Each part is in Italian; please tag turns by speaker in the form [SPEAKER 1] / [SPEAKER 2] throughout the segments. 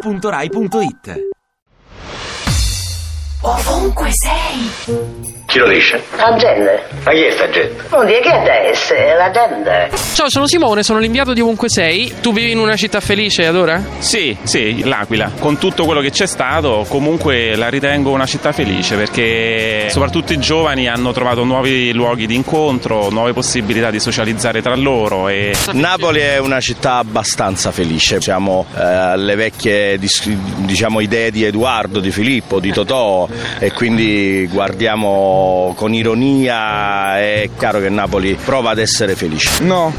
[SPEAKER 1] radio2pod.rai.it
[SPEAKER 2] Ovunque sei,
[SPEAKER 3] Chi lo dice?
[SPEAKER 4] Agende.
[SPEAKER 3] Ma chi è sta gente?
[SPEAKER 4] Non dire che adesso è l'agenda.
[SPEAKER 5] Ciao, sono Simone, sono l'inviato di Ovunque Sei. Tu vivi in una città felice allora?
[SPEAKER 6] Sì, sì, l'Aquila. Con tutto quello che c'è stato, comunque la ritengo una città felice perché soprattutto i giovani hanno trovato nuovi luoghi di incontro, nuove possibilità di socializzare tra loro e
[SPEAKER 7] Napoli è una città abbastanza felice, siamo eh, alle vecchie dis- diciamo, idee di Edoardo, di Filippo, di Totò e quindi guardiamo con ironia, è chiaro che Napoli prova ad essere felice.
[SPEAKER 8] No.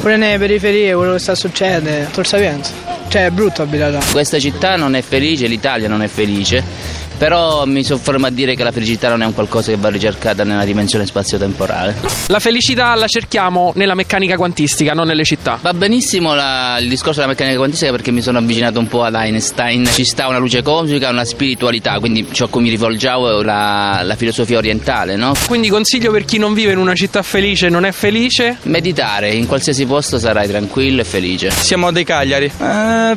[SPEAKER 8] Pure nelle periferie, quello che sta succedendo, Tor Sapienza. Cioè, è brutto abitare là.
[SPEAKER 9] Questa città non è felice, l'Italia non è felice, però mi soffermo a dire che la felicità non è un qualcosa che va ricercata nella dimensione spazio-temporale.
[SPEAKER 5] La felicità la cerchiamo nella meccanica quantistica, non nelle città.
[SPEAKER 9] Va benissimo la- il discorso della meccanica quantistica perché mi sono avvicinato un po' ad Einstein. Ci sta una luce cosmica, una spiritualità, quindi ciò a cui mi rivolgiamo è la, la filosofia orientale, no?
[SPEAKER 5] Quindi consiglio per chi non vive in una città felice e non è felice.
[SPEAKER 9] Meditare, in qualsiasi posto sarai tranquillo e felice.
[SPEAKER 8] Siamo dei Cagliari?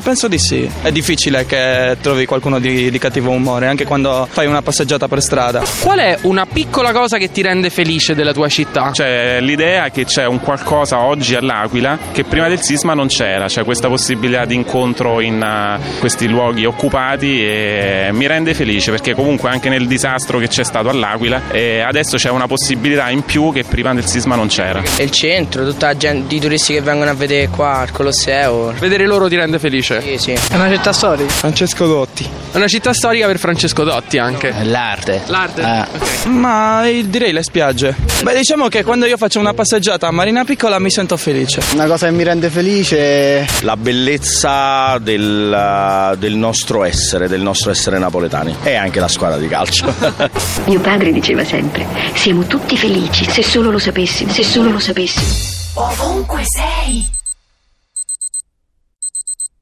[SPEAKER 8] penso di sì. È difficile che trovi qualcuno di, di cattivo umore, anche quando fai una passeggiata per strada.
[SPEAKER 5] Qual è una piccola cosa che ti rende felice della tua città?
[SPEAKER 6] c'è l'idea che c'è un qualcosa oggi all'Aquila che prima del sisma non c'era, c'è questa possibilità di incontro in eh, questi luoghi occupati e mi rende felice perché comunque anche nel disastro che c'è stato all'Aquila eh, adesso c'è una possibilità in più che prima del sisma non c'era.
[SPEAKER 8] È il centro, tutta la gente, i turisti che vengono a vedere qua, il Colosseo.
[SPEAKER 5] Vedere loro ti rende felice.
[SPEAKER 8] Sì, sì. È una città storica. Francesco Dotti.
[SPEAKER 5] È una città storica per Francesco Dotti anche.
[SPEAKER 9] L'arte.
[SPEAKER 5] L'arte.
[SPEAKER 9] Ah.
[SPEAKER 8] Eh.
[SPEAKER 5] Ok.
[SPEAKER 8] Ma direi le spiagge. Beh, diciamo che quando io faccio una passeggiata a Marina Piccola mi sento felice.
[SPEAKER 10] Una cosa che mi rende felice
[SPEAKER 7] La bellezza del, del nostro essere, del nostro essere napoletani e anche la squadra di calcio.
[SPEAKER 11] Mio padre diceva sempre, siamo tutti felici, se solo lo sapessimo, se solo lo sapessimo.
[SPEAKER 2] ovunque sei.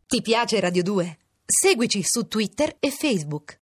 [SPEAKER 12] Ti piace Radio 2? Seguici su Twitter e Facebook.